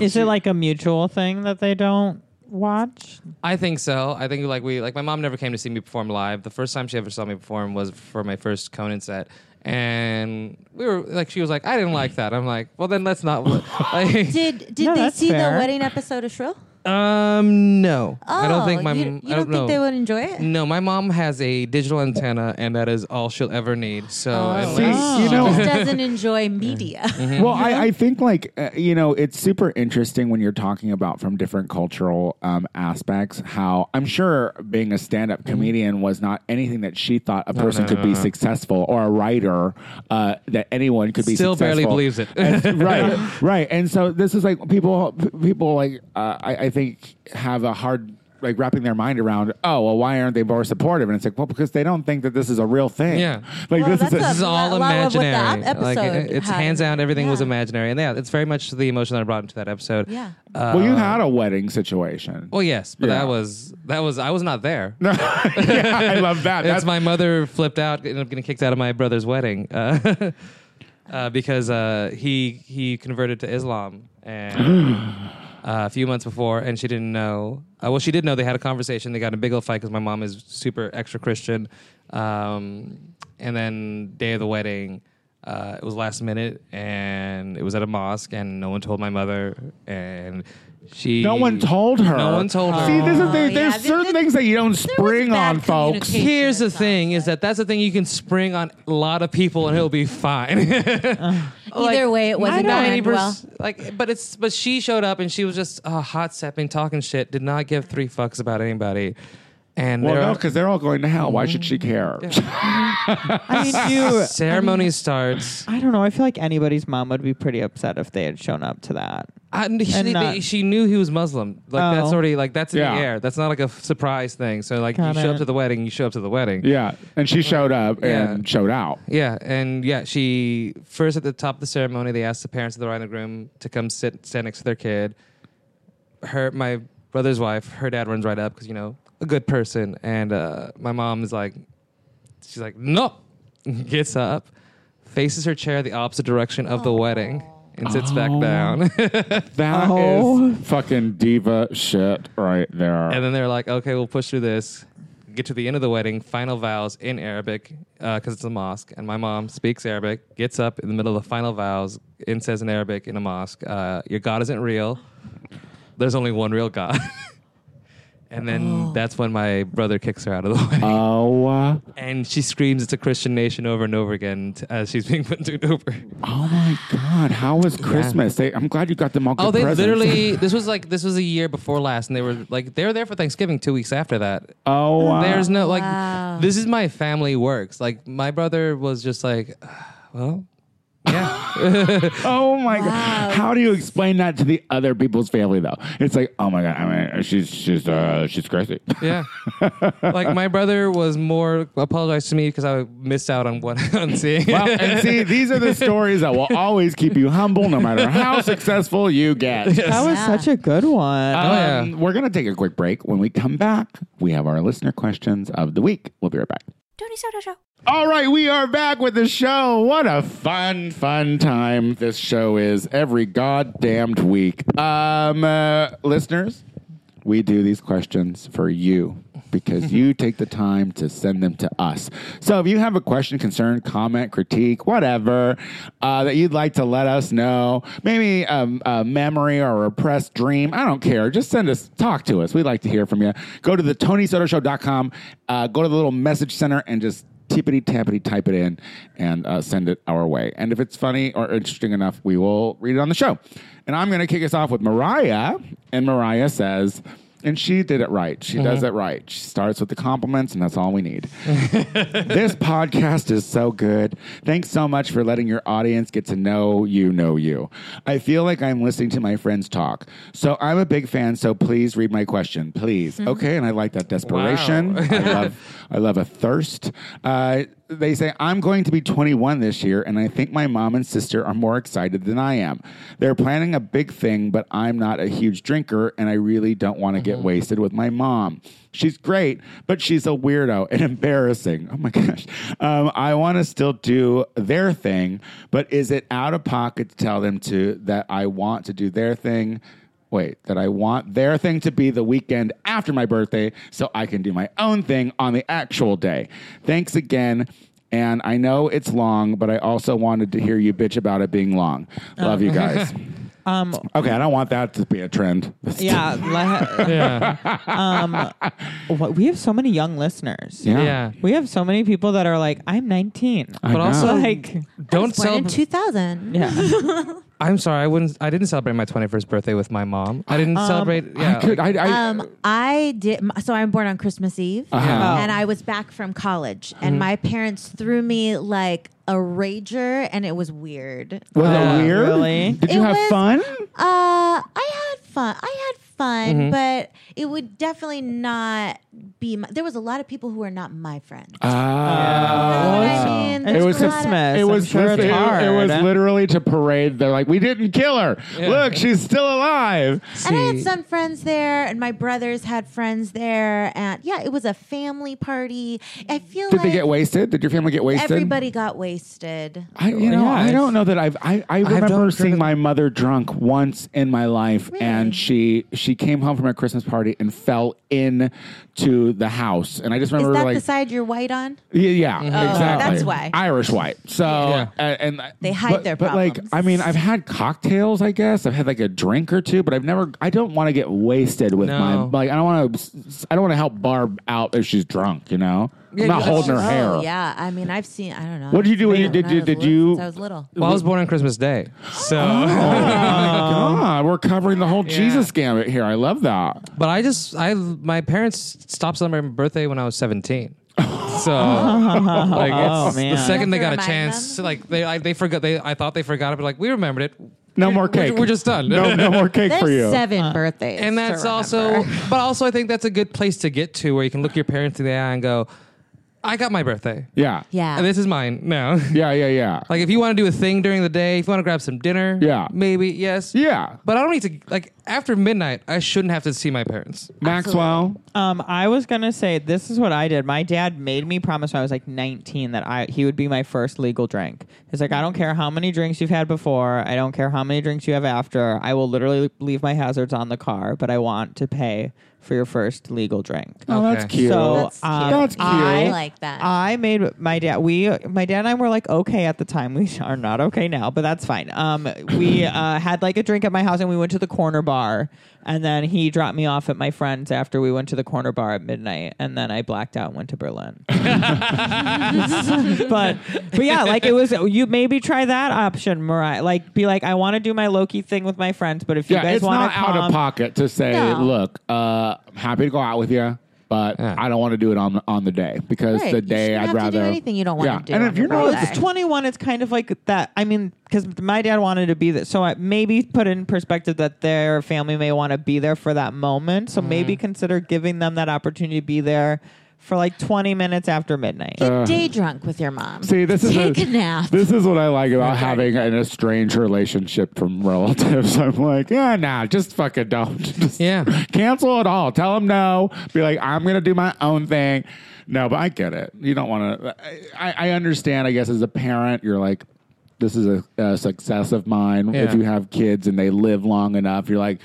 Is it like a mutual thing that they don't watch? I think so. I think like we like my mom never came to see me perform live. The first time she ever saw me perform was for my first Conan set, and we were like, she was like, I didn't like that. I'm like, well then let's not. like, Did did No, they that's see the fair. wedding episode of Shrill? um, no, Oh, I don't think my you, m- you I don't, know. Mm. think they would enjoy it? No, my mom has a digital antenna, and that is all she'll ever need. So Oh, See, unless- you know, Just doesn't enjoy media. Mm-hmm. well, I, I think like uh, you know, it's super interesting when you're talking about from different cultural um, aspects. How I'm sure being a stand-up comedian was not anything that she thought a person Mm-hmm. no, could no, be no. successful or a writer uh, that anyone could be. Still barely successful. believes it. And- right, right. And so this is like people, people like uh, I, I think have a hard. Like wrapping their mind around, oh well, why aren't they more supportive? And it's like, well, because they don't think that this is a real thing. Yeah. like Well, this is that's a, This is Lo- all Lo- what the imaginary. app like episode it- it's had. hands down. Everything was Yeah. imaginary, and yeah, it's very much the emotion that I brought into that episode. Yeah. Uh, well, you had a wedding situation. well, yes, but Yeah. that was that was I was not there. yeah, I love that. That's my mother flipped out, ended up getting kicked out of my brother's wedding uh, uh, because uh, he he converted to Islam and uh, a few months before, and she didn't know. Uh, well, she did know. They had a conversation. They got in a big old fight because my mom is super extra Christian. Um, and then day of the wedding, uh, it was last minute, and it was at a mosque, and no one told my mother, and she No one told her. No one told her. See, this is the, yeah, there's th- certain th- things that you don't spring bad on, folks. communication. Here's the That's thing: is that that's the thing you can spring on a lot of people, and it'll be fine. Either way, it wasn't planned well. Like, but it's but she showed up and she was just uh, hot stepping, talking shit, did not give three fucks about anybody. And Well, there no, are- because they're all going to hell. Why should she Mm-hmm. care? I mean, you. ceremony starts. I don't know. I feel like anybody's mom would be pretty upset if they had shown up to that. And she, And not- she knew he was Muslim. Like Oh. that's already like that's in Yeah. the air. That's not like a f- surprise thing. So like Got you show it. up to the wedding, you show up to the wedding. yeah, and she showed up Yeah. and showed out. Yeah, and yeah, she first at the top of the ceremony, they asked the parents of the bride and the groom to come sit stand next to their kid. Her, my brother's wife, her dad runs right up because you know a good person, and uh, my mom is like, she's like, no, gets up, faces her chair the opposite direction of the wedding, and sits back down. That is Oh. fucking diva shit right there. And then they're like, okay, we'll push through this. Get to the end of the wedding, final vows in Arabic, because it's a mosque. And my mom speaks Arabic, gets up in the middle of the final vows and says in Arabic in a mosque, uh, Your God isn't real. There's only one real God. and then that's when my brother kicks her out of the way. oh, uh, and she screams, It's a Christian nation over and over again t- as she's being put through Uber. oh my God! How was Christmas? They, I'm glad you got them all. Good Oh, they presents. literally, this was like, this was a year before last. And they were like, they were there for Thanksgiving two weeks after that. Oh, uh, There's no like Wow. this is my family works. Like my brother was just like, "Ah, well, yeah. Oh my Wow. god! How do you explain that to the other people's family though? It's like, oh my god, I mean, she's she's uh, she's crazy. yeah. like my brother was more apologized to me because I missed out on what on seeing. Well, and see, these are the stories that will always keep you humble no matter how successful you get. That was Yeah. such a good one. oh yeah. Um, We're going to take a quick break. When we come back, we have our listener questions of the week. We'll be right back. Tony Soto Show. All right, we are back with the show. What a fun, fun time this show is every goddamned week. Um, uh, listeners, we do these questions for you because you take the time to send them to us. So if you have a question, concern, comment, critique, whatever uh, that you'd like to let us know, maybe um, a memory or a repressed dream, I don't care. Just send us, talk to us. We'd like to hear from you. Go to the TonySotoShow.com, uh, go to the little message center and just tippity tappity type it in and uh, send it our way. And if it's funny or interesting enough, we will read it on the show. And I'm going to kick us off with Mariah. And Mariah says, And she did it right. She does it right. She starts with the compliments, and that's all we need. this podcast is so good. Thanks so much for letting your audience get to know you, know you. I feel like I'm listening to my friends talk. So I'm a big fan, so please read my question. Please. Okay, and I like that desperation. Wow. I, love, I love a thirst. Uh, they say, I'm going to be 21 this year, and I think my mom and sister are more excited than I am. They're planning a big thing, but I'm not a huge drinker, and I really don't want to get wasted with my mom. She's great, but she's a weirdo and embarrassing. Oh my gosh. Um, I want to still do their thing, but is it out of pocket to tell them to that I want to do their thing? Wait, that I want their thing to be the weekend after my birthday so I can do my own thing on the actual day. Thanks again. And I know it's long, but I also wanted to hear you bitch about it being long. Love you guys. Uh, Um, okay, I don't want that to be a trend. yeah. le- Yeah. what- we have so many young listeners. Yeah. yeah. We have so many people that are like, I'm 19. I But also- know. like, Don't Born in celebrate. 2000. yeah. I'm sorry. I wouldn't. I didn't celebrate my 21st birthday with my mom. I didn't celebrate. Yeah. I could. like- I, I, Um, I did. m- So I'm born on Christmas Eve, Uh-huh. Oh. and I was back from college, Mm-hmm. and my parents threw me like a rager, and it was weird. was Uh, it weird? really? Did you It have was- fun? Uh, I had fun. I had fun, Mm-hmm. but it would definitely not be. My, there was a lot of people who were not my friends. Ah. what I mean? It's There's a lot of- Christmas. It was I'm sure just- it's it, hard. it was literally to parade. They're like, we didn't kill her. Look, she's still alive. And I had See. some friends there, and my brothers had friends there, and yeah, it was a family party. I feel Did like they get wasted? Did your family get wasted? everybody got wasted. I, you know, Yeah, I don't it's- know that I've. I, I remember done seeing driven- my mother drunk once in my life, Really? and she she came home from a Christmas party and fell in to the house, and I just Is remember that like, the side you're white on? yeah, yeah, exactly. that's why. Irish white. So uh, and They hide but- their But problems. like, I mean, I've had cocktails. I guess I've had like a drink or two, but I've never. I don't want to get wasted with No. my like. I don't want to. I don't want to help Barb out if she's drunk. You know, I'm not yeah, holding her oh, hair. yeah. I mean, I've seen. I don't know. What did you do when you- I've did seen you- it when I was did little, you- Since I was little. well, I was born on Christmas Day, so. Oh Um, my God, we're covering the whole Jesus gamut here. I love that. But I just, I, my parents stopped celebrating my birthday when I was 17. So, like, Oh, it's, man. the second they You have got to a remind chance, them? like, they, I, they forgot, they, I thought they forgot it, but like, we remembered it. No We're- more cake. We're, we're just done. No, no more cake for you. There's seven birthdays. and to that's remember. also, but also, I think that's a good place to get to where you can look your parents in the eye and go, I got my birthday. Yeah. Yeah. And this is mine now. Yeah. Yeah. Yeah. Like if you want to do a thing during the day, if you want to grab some dinner, Yeah. maybe yes, Yeah. But I don't need to like after midnight. I shouldn't have to see my parents. Maxwell. Um, I was gonna say this is what I did. My dad made me promise when I was like 19 that I he would be my first legal drink. He's like, I don't care how many drinks you've had before. I don't care how many drinks you have after. I will literally leave my hazards on the car, but I want to pay for your first legal drink. Oh, Okay. that's cute. So That's cute. um, That's cute. I I- like that. I made my dad. We, my dad and I were like okay at the time. We are not okay now, but that's fine. Um, we uh, had like a drink at my house, and we went to the corner bar, and then he dropped me off at my friend's after we went to the corner bar at midnight, and then I blacked out and went to Berlin. but, but yeah, like it was. You maybe try that option, Mariah. Like, be like, I want to do my Loki thing with my friends, but if you yeah. guys It's want not to out come, of pocket to say, No. look, uh, I'm happy to go out with you. But Yeah. I don't want to do it on on the day because Right. the You day shouldn't I'd have to do rather anything you don't wanna Yeah. do And on if your you're Well, not, birthday. it's 21. It's kind of like that. I mean, because my dad wanted to be there. So I maybe put in perspective that their family may want to be there for that moment. So maybe consider giving them that opportunity to be there for like 20 minutes after midnight. Get day drunk with your mom. Uh, see, this is Take a- a nap. This is what I like about having an estranged relationship from relatives. I'm like, yeah, nah, just fucking don't. Just Yeah. Cancel it all. Tell them no. Be like, I'm going to do my own thing. No, but I get it. You don't want to. I, I understand, I guess, as a parent, you're like, this is a, a success of mine. Yeah. If you have kids and they live long enough, you're like,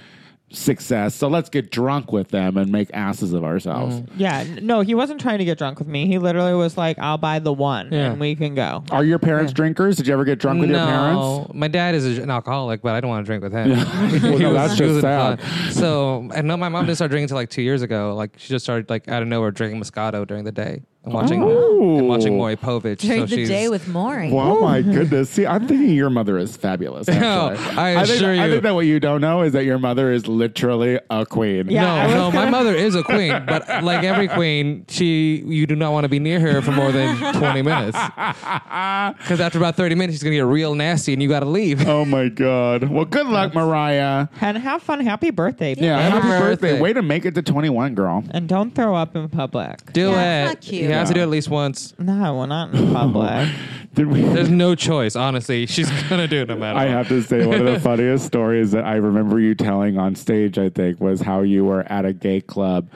success. So let's get drunk with them and make asses of ourselves. Mm. yeah. n- No, he wasn't trying to get drunk with me. He literally was like, I'll buy the one Yeah. and we can go. Are your parents drinkers? Did you ever get drunk with your parents? no, my dad is an alcoholic, but I don't want to drink with him. Well, no, that's He just was- sad. So and no, my mom didn't start drinking until like two years ago. Like she just started like out of nowhere drinking Moscato during the day. I'm watching. Ooh. I'm watching Maury Povich. so Trade the she's, day with Maury. Well, my goodness. See, I'm thinking your mother is fabulous. Actually. I think, assure I Oh, you. think that what you don't know is that your mother is literally a queen. Yeah, I was no, no, gonna- my mother is a queen, but like every queen, she you do not want to be near her for more than 20 minutes. Because after about 30 minutes, she's going to get real nasty and you got to leave. Oh my God. Well, good luck, Mariah. And have fun. Happy birthday. Yeah, happy, Happy birthday. birthday. Way to make it to 21, girl. And don't throw up in public. Yeah, Do it. that's not cute. You have to do Yeah. it at least once. No, well, not in public. Did we? There's no choice, honestly. She's going to do it no matter I what. have to say, one of the funniest stories that I remember you telling on stage, I think, was how you were at a gay club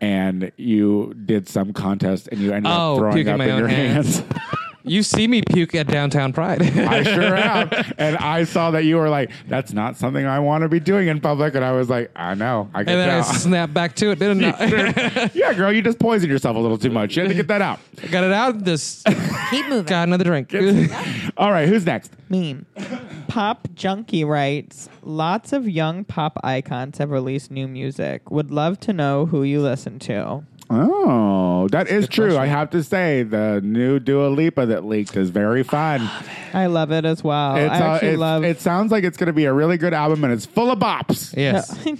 and you did some contest and you ended Oh, up throwing puke in up my in own your hands. hands. You see me puke at Downtown Pride. I sure am. And I saw that you were like, that's not something I want to be doing in public. And I was like, I know. I can And then I tell. snapped back to it, didn't I? yeah, girl, you just poisoned yourself a little too much. You had to get that out. Got it out. Just Keep moving. got another drink. Ooh, All right, who's next? meme. Pop Junkie writes, lots of young pop icons have released new music. Would love to know who you listen to. Oh, that is true. I have to say, the new Dua Lipa that leaked is very fun. Oh, I love it as well. It's, I uh, actually it's- love it sounds like it's going to be a really good album, and it's full of bops. yes. Right?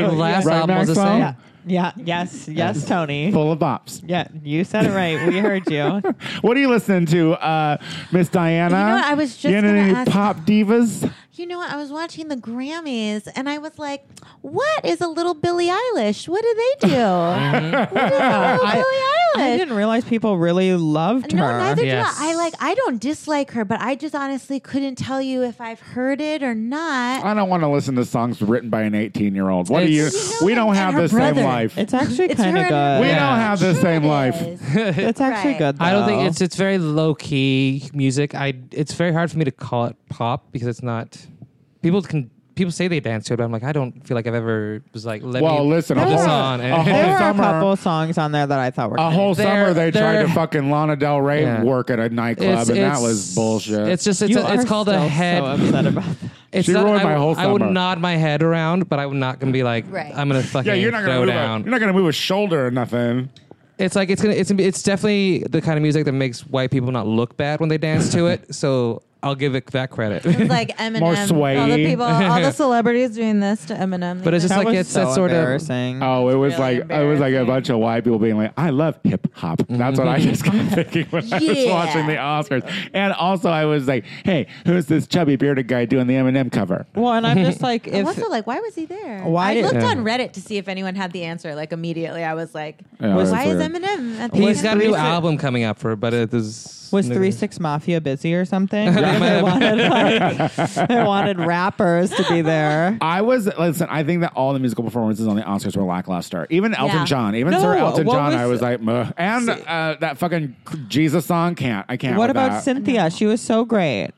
Her last Right, album was the Maxwell? same. Yeah. Yeah. Yes. Yes, Tony. Full of bops. Yeah, you said it right. We heard you. What are you listening to, uh, Miss Diana? You know what? I was just You know gonna any ask- pop divas. You know what? I was watching the Grammys and I was like, what is a little Billie Eilish? What do they do? what is a little Billie I Eilish? didn't realize people really loved no, her. neither Yes. do I. I like I don't dislike her, but I just honestly couldn't tell you if I've heard it or not. I don't want to listen to songs written by an 18 year old. What do you? It's- We don't and have her the brother. same life. It's actually It's kind of her- good. we Yeah. don't have the same It life. is. It's actually Right. good. Though. I don't think it's it's very low key music. I it's very hard for me to call it pop because it's not. People can people say they dance to it, but I'm like I don't feel like I've ever was like let Well, me listen, put a this whole- on. a whole- There were summer- a couple songs on there that I thought were A nice. whole They're- summer they tried they're- to fucking Lana Del Rey Yeah. work at a nightclub, It's- and that it's- was bullshit. It's just it's You a, it's are called still a head. So upset about that. it's She not- ruined I, my whole I would summer. nod my head around, but I'm not gonna be like Right. I'm gonna fucking yeah, you're not gonna throw move A, down. you're not gonna move a shoulder or nothing. it's like it's gonna it's gonna be- it's definitely the kind of music that makes white people not look bad when they dance to it. So I'll give it that credit. It's like Eminem. More sway. all the people, all the celebrities doing this to Eminem. But it's just That like was it's so that sort of embarrassing. Oh, it was really like it was like a embarrassing. bunch of white people being like, "I love hip hop." That's what I just kept thinking when I was Yeah. watching the Oscars. And also, I was like, "Hey, who's this chubby bearded guy doing the Eminem cover?" well, and I'm just like, I'm if also like, why was he there? Why I did- looked Yeah. on Reddit to see if anyone had the answer. Like immediately, I was like, Yeah, was- that's why is weird. Eminem at the He's got a Grammys? new album coming up for, but it is was Three Six Mafia busy or something? they, wanted, like, they wanted rappers to be there. I was listen. I think that all the musical performances on the Oscars were lackluster. Even Elton Yeah. John, even No, Sir Elton what John, was- I was like, Muh. and uh, that fucking Jesus song can't. I can't. What with about that. Cynthia? She was so great.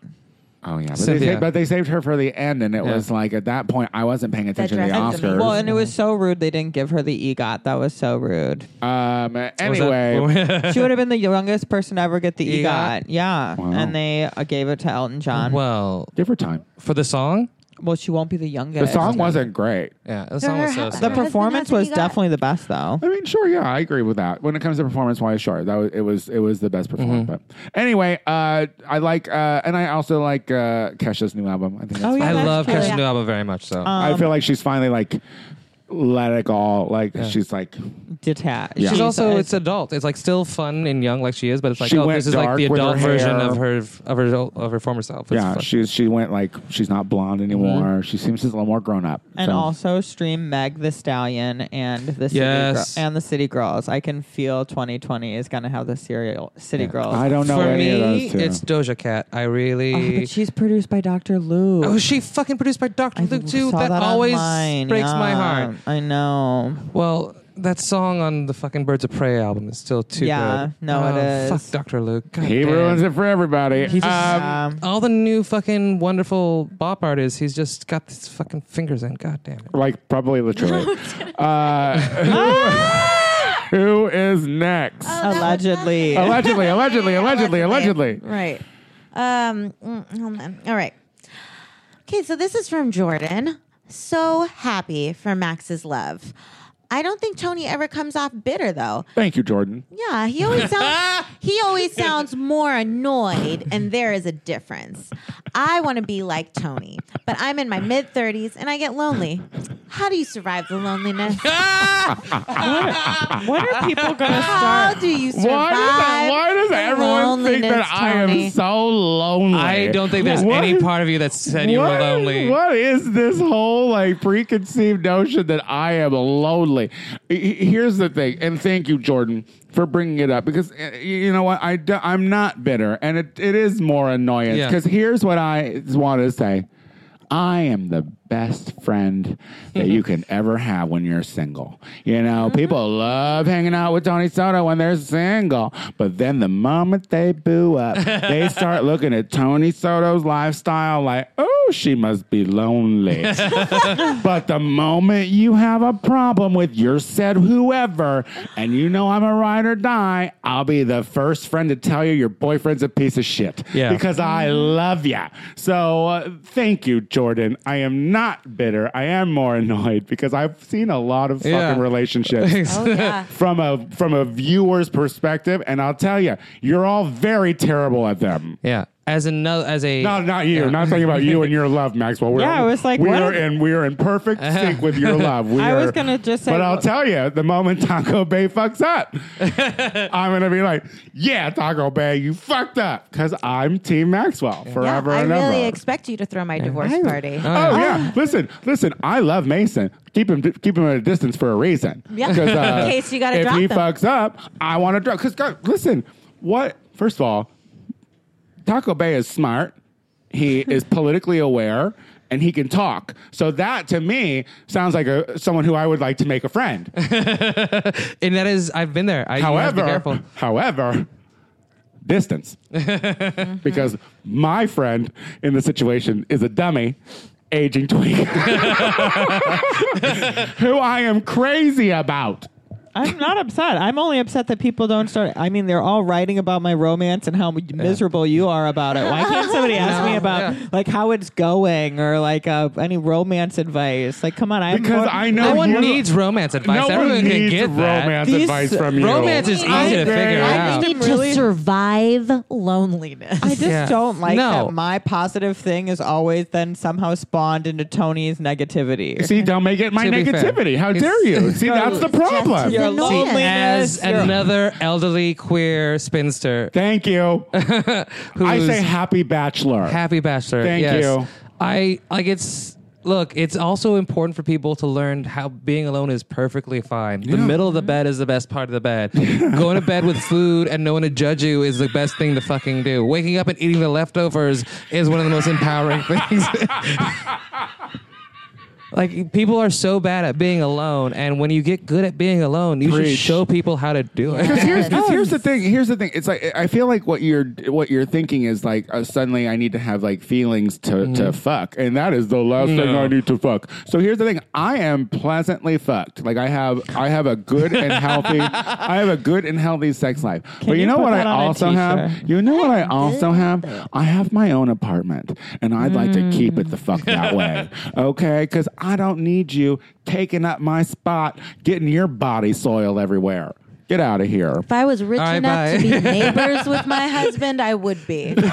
Oh yeah, but they, Cynthia. saved, but they saved her for the end, and it was like at that point I wasn't paying attention to the dress is Oscars. amazing. Well, and it was so rude they didn't give her the EGOT. That was so rude. um, anyway, She would have been the youngest person to ever get the EGOT. EGOT? Yeah. Wow. And they uh, gave it to Elton John. Well, well, different time. for the song, she won't be the The youngest. song wasn't great. yeah, the song was so. her- sad. The husband performance has an was EGOT. definitely the best, though. I mean, sure, yeah, I agree with that. When it comes to performance wise, sure, that was it was it was the best performance. But anyway, uh, I like uh, and I also like uh, Kesha's new album. I think that's Oh, yeah. Um, I that's love cute. Kesha's Yeah. new album very much. So I feel like she's finally like let it go. Like she's like Detached. Yeah. she's also it's a adult. It's like still fun and young, like she is, but it's like She oh, went this is like dark the with her adult version hair. of her of her of her former self. It's yeah, fun. she's she went like she's not blonde anymore. She seems she's a little more grown up. and so. also stream Meg the Stallion and the City Yes. Gir- and the City Girls. I can feel 2020 is gonna have the serial City Girls. I don't know for any me, of those two. it's Doja Cat. I Oh, really. but she's produced by Dr. Lou. Oh, she fucking produced by Dr. I Luke too. saw That, always online. breaks my Yeah. heart. I know. Well, that song on the fucking Birds of Prey album is still too Yeah, good. no, it Oh, is. Fuck Dr. Luke. God he damn. ruins it for everybody. He just- um, Um, all the new fucking wonderful bop artists. He's just got his fucking fingers in. God damn it. like probably literally. uh, who is next? Uh, allegedly. Allegedly, allegedly, allegedly, allegedly. right. Um, mm, hold on. All right. Okay, so this is from Jordan. So happy for Max's love. I don't think Tony ever comes off bitter though. Thank you, Jordan. Yeah, he always sounds he always sounds more annoyed, and there is a difference. I want to be like Tony, but I'm in my mid thirties and I get lonely. How do you survive the loneliness? When are people gonna How start? do you survive? Why does, that, why does the everyone think that loneliness, I Tony? am so lonely? I don't think there's What? any part of you that said you were What- lonely. What is this whole like preconceived notion that I am lonely? H- Here's the thing, and thank you, Jordan, for bringing it up because uh, you know what I do, I'm not bitter, and it, it is more annoyance Yeah. because here's what I want to say. I am the best friend that you can ever have when you're single. You know, people love hanging out with Tony Soto when they're single, but then the moment they boo up, they start looking at Tony Soto's lifestyle like, oh, she must be lonely. but the moment you have a problem with your said whoever, and you know I'm a ride or die, I'll be the first friend to tell you your boyfriend's a piece of shit Yeah. because I love you. So uh, thank you, Jordan. I am not bitter. I am more annoyed because I've seen a lot of fucking Yeah. relationships Oh yeah. from a from a viewer's perspective, and I'll tell you, you're all very terrible at them. yeah. As another, as a No, not you. Yeah. Not talking about you and your love, Maxwell. We're, Yeah, I was like, we what are is- in we are in perfect sync with your love. We I was are- gonna just say- but I'll tell you, the moment Taco Bay fucks up, I'm gonna be like, yeah, Taco Bay, you fucked up, because I'm Team Maxwell forever yeah, I and really ever. expect you to throw my divorce party. Oh yeah! Listen, listen. I love Mason. Keep him, keep him at a distance for a reason. Yeah. 'Cause, uh, In case you gotta if drop he them. fucks up, I want to drop. Because listen, what? First of all, Taco Bay is smart. He is politically aware. And he can talk, so that to me sounds like a someone who I would like to make a friend. and that is, I've been there. I, you have to be careful. However, however, distance. because my friend in the situation is a dummy, aging twink, who I am crazy about. I'm not upset. I'm only upset that people don't start. I mean, they're all writing about my romance and how miserable you are about it. Why can't somebody ask me about like how it's going or like uh, any romance advice? Like, come on, I'm Because more- I know No one you- needs romance advice. No Everyone one can needs get romance These- advice from you. Romance is easy to figure I out. just Yeah. need Really- to survive loneliness. I just Yeah. don't like No. that my positive thing is always then somehow spawned into Tony's negativity. See, don't make it my To be fair, negativity. How it's- dare you? See, that's the problem. Your It's annoying. As loneliness, your- another elderly queer spinster Thank you. who's I say happy bachelor. happy bachelor. Thank yes. you. I like it's. Look, it's also important for people to learn how being alone is perfectly fine. The middle of the bed is the best part of the bed. Going to bed with food and no one to judge you is the best thing to fucking do. Waking up and eating the leftovers is one of the most empowering things. like people are so bad at being alone, and when you get good at being alone, you Preach. should show people how to do it. Because here's, 'cause here's the thing. Here's the thing. It's like I feel like what you're what you're thinking is like uh, suddenly I need to have like feelings to to fuck, and that is the last thing I need to fuck. So here's the thing. I am pleasantly fucked. Like I have I have a good and healthy I have a good and healthy sex life. but you, you know put what I that on a also have? t-shirt? You know what I also have? I have my own apartment, and I'd like to keep it the fuck that way. Okay, because I don't need you taking up my spot, getting your body soil everywhere. Get out of here. If I was rich All right, enough to bye. be neighbors with my husband, I would be. if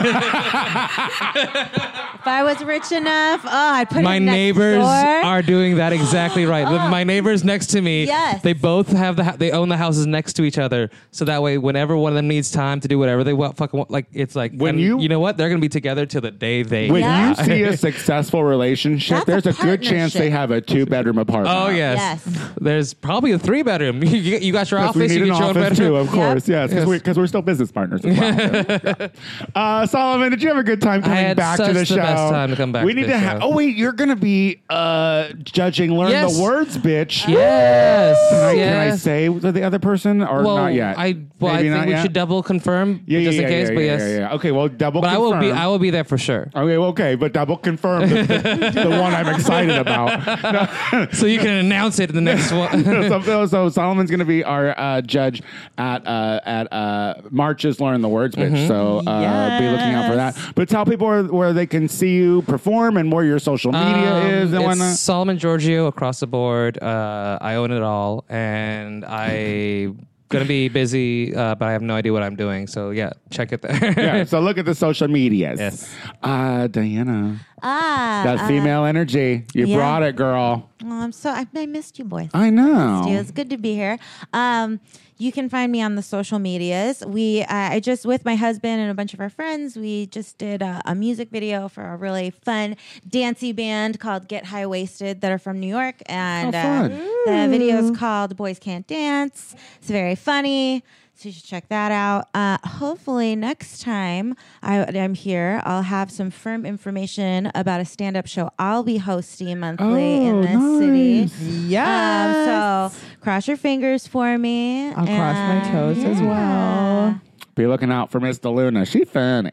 I was rich enough, oh, I'd put my him next neighbors door. Oh. are doing that exactly right. The- My neighbors next to me, Yes. they both have the hou- they own the houses next to each other, so that way whenever one of them needs time to do whatever they want, fucking want, like it's like When and you- you know what they're gonna be together till the day they When Yeah. you see a successful relationship, That's a there's a, good chance they partnership. have a two bedroom apartment. oh yes. Yes. there's probably a three bedroom. you, you got your 'Cause we office, need you an get your own office bedroom. too, of course. Yes, because Yes. we're, 'cause we're still business partners as well. Yeah. uh, Solomon, did you have a good time coming had back to such the, the show? best time to come back We to need the to have. show. Oh wait, you're gonna be uh, judging. Learn Yes. the words, bitch. Yes. Can I, yes. can I say to the other person or Well, not yet? I well, I Maybe think not we yet? should double confirm Yeah, yeah, just yeah, in case. yeah, but yeah, yes, yeah, yeah. Okay, well, double. but I will be confirm. I will be there for sure. Okay, well, okay, but double confirm the, the, the one I'm excited about. So you can announce it in the next one. so, so Solomon's going to be our uh, judge at uh, at uh, Marches Learn the Words, bitch. Mm-hmm. So uh, be looking out for Yes. that. But tell people where, where they can see you perform and where your social media Um, is and it's whatnot. Solomon Giorgio across the board. Uh, I own it all, and I gonna be busy, uh, but I have no idea what I'm doing. So yeah, check it there. yeah, so look at the social medias. Yes. Uh, Diana, Ah, that uh, female energy. You yeah. brought it, girl. oh, I'm so I, I missed you boys. I know. It's good to be here. Um, you can find me on the social medias. We, uh, I just with my husband and a bunch of our friends, we just did a, a music video for a really fun dancey band called Get High Waisted that are from New York, and Oh, fun. uh, the video is called Boys Can't Dance. It's very funny. So you should check that out. Uh, hopefully next time I, I'm here, I'll have some firm information about a stand-up show I'll be hosting monthly in Oh, this city. nice. Yeah. Um, so cross your fingers for me. I'll cross my toes as well. Be looking out for Miss DeLuna. She funny.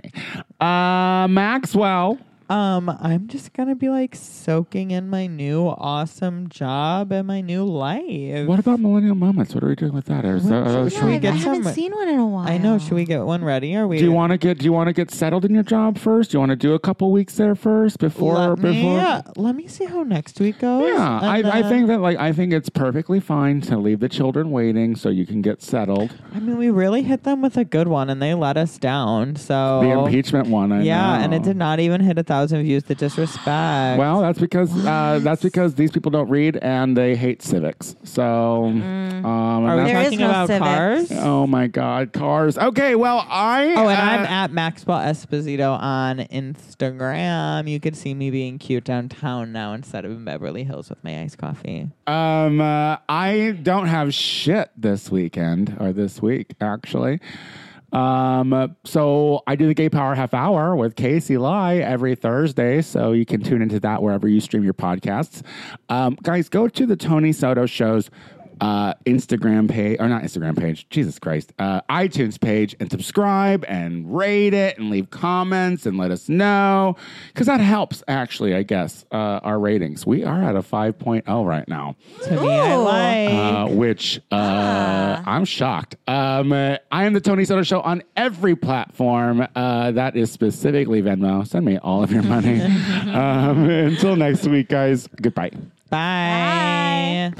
Uh, Maxwell. Um, I'm just gonna be like soaking in my new awesome job and my new life. What about Millennial Moments? What are we doing with that? Is that- uh, Yeah, should we- I get haven't some- seen one in a while. I know. Should we get one ready? Are we? do you want to get Do you want to get settled in your job first? Do you want to do a couple weeks there first before Let me, uh, before? let me see how next week goes. Yeah, I, and uh, I then- think that like I think it's perfectly fine to leave the children waiting so you can get settled. I mean, we really hit them with a good one, and they let us down. So The impeachment one, I Oh. Yeah, know. and it did not even hit a thousand views. The disrespect. Well, that's because uh, that's because these people don't read and they hate civics. So, Mm. um, are and we There that's- is talking no about civic. cars? oh my God, cars. Okay, well I. Oh, and I'm uh, at Maxwell Esposito on Instagram. You could see me being cute downtown now instead of in Beverly Hills with my iced coffee. Um, uh, I don't have shit this weekend or this week, actually. Um, uh, so I do the Gay Power Half Hour with Casey Lai every Thursday. So you can tune into that wherever you stream your podcasts. Um, guys, go to the Tony Soto Show's uh, Instagram page, or not Instagram page, Jesus Christ, uh, iTunes page, and subscribe and rate it and leave comments and let us know. Because that helps, actually, I guess, uh, our ratings. We are at a 5.0 right now To me, I Ooh. like. uh, which uh, I'm shocked. Um, uh, I am the Tony Soto Show on every platform. Uh, that is specifically Venmo. Send me all of your money. um, until next week, guys. Goodbye. Bye.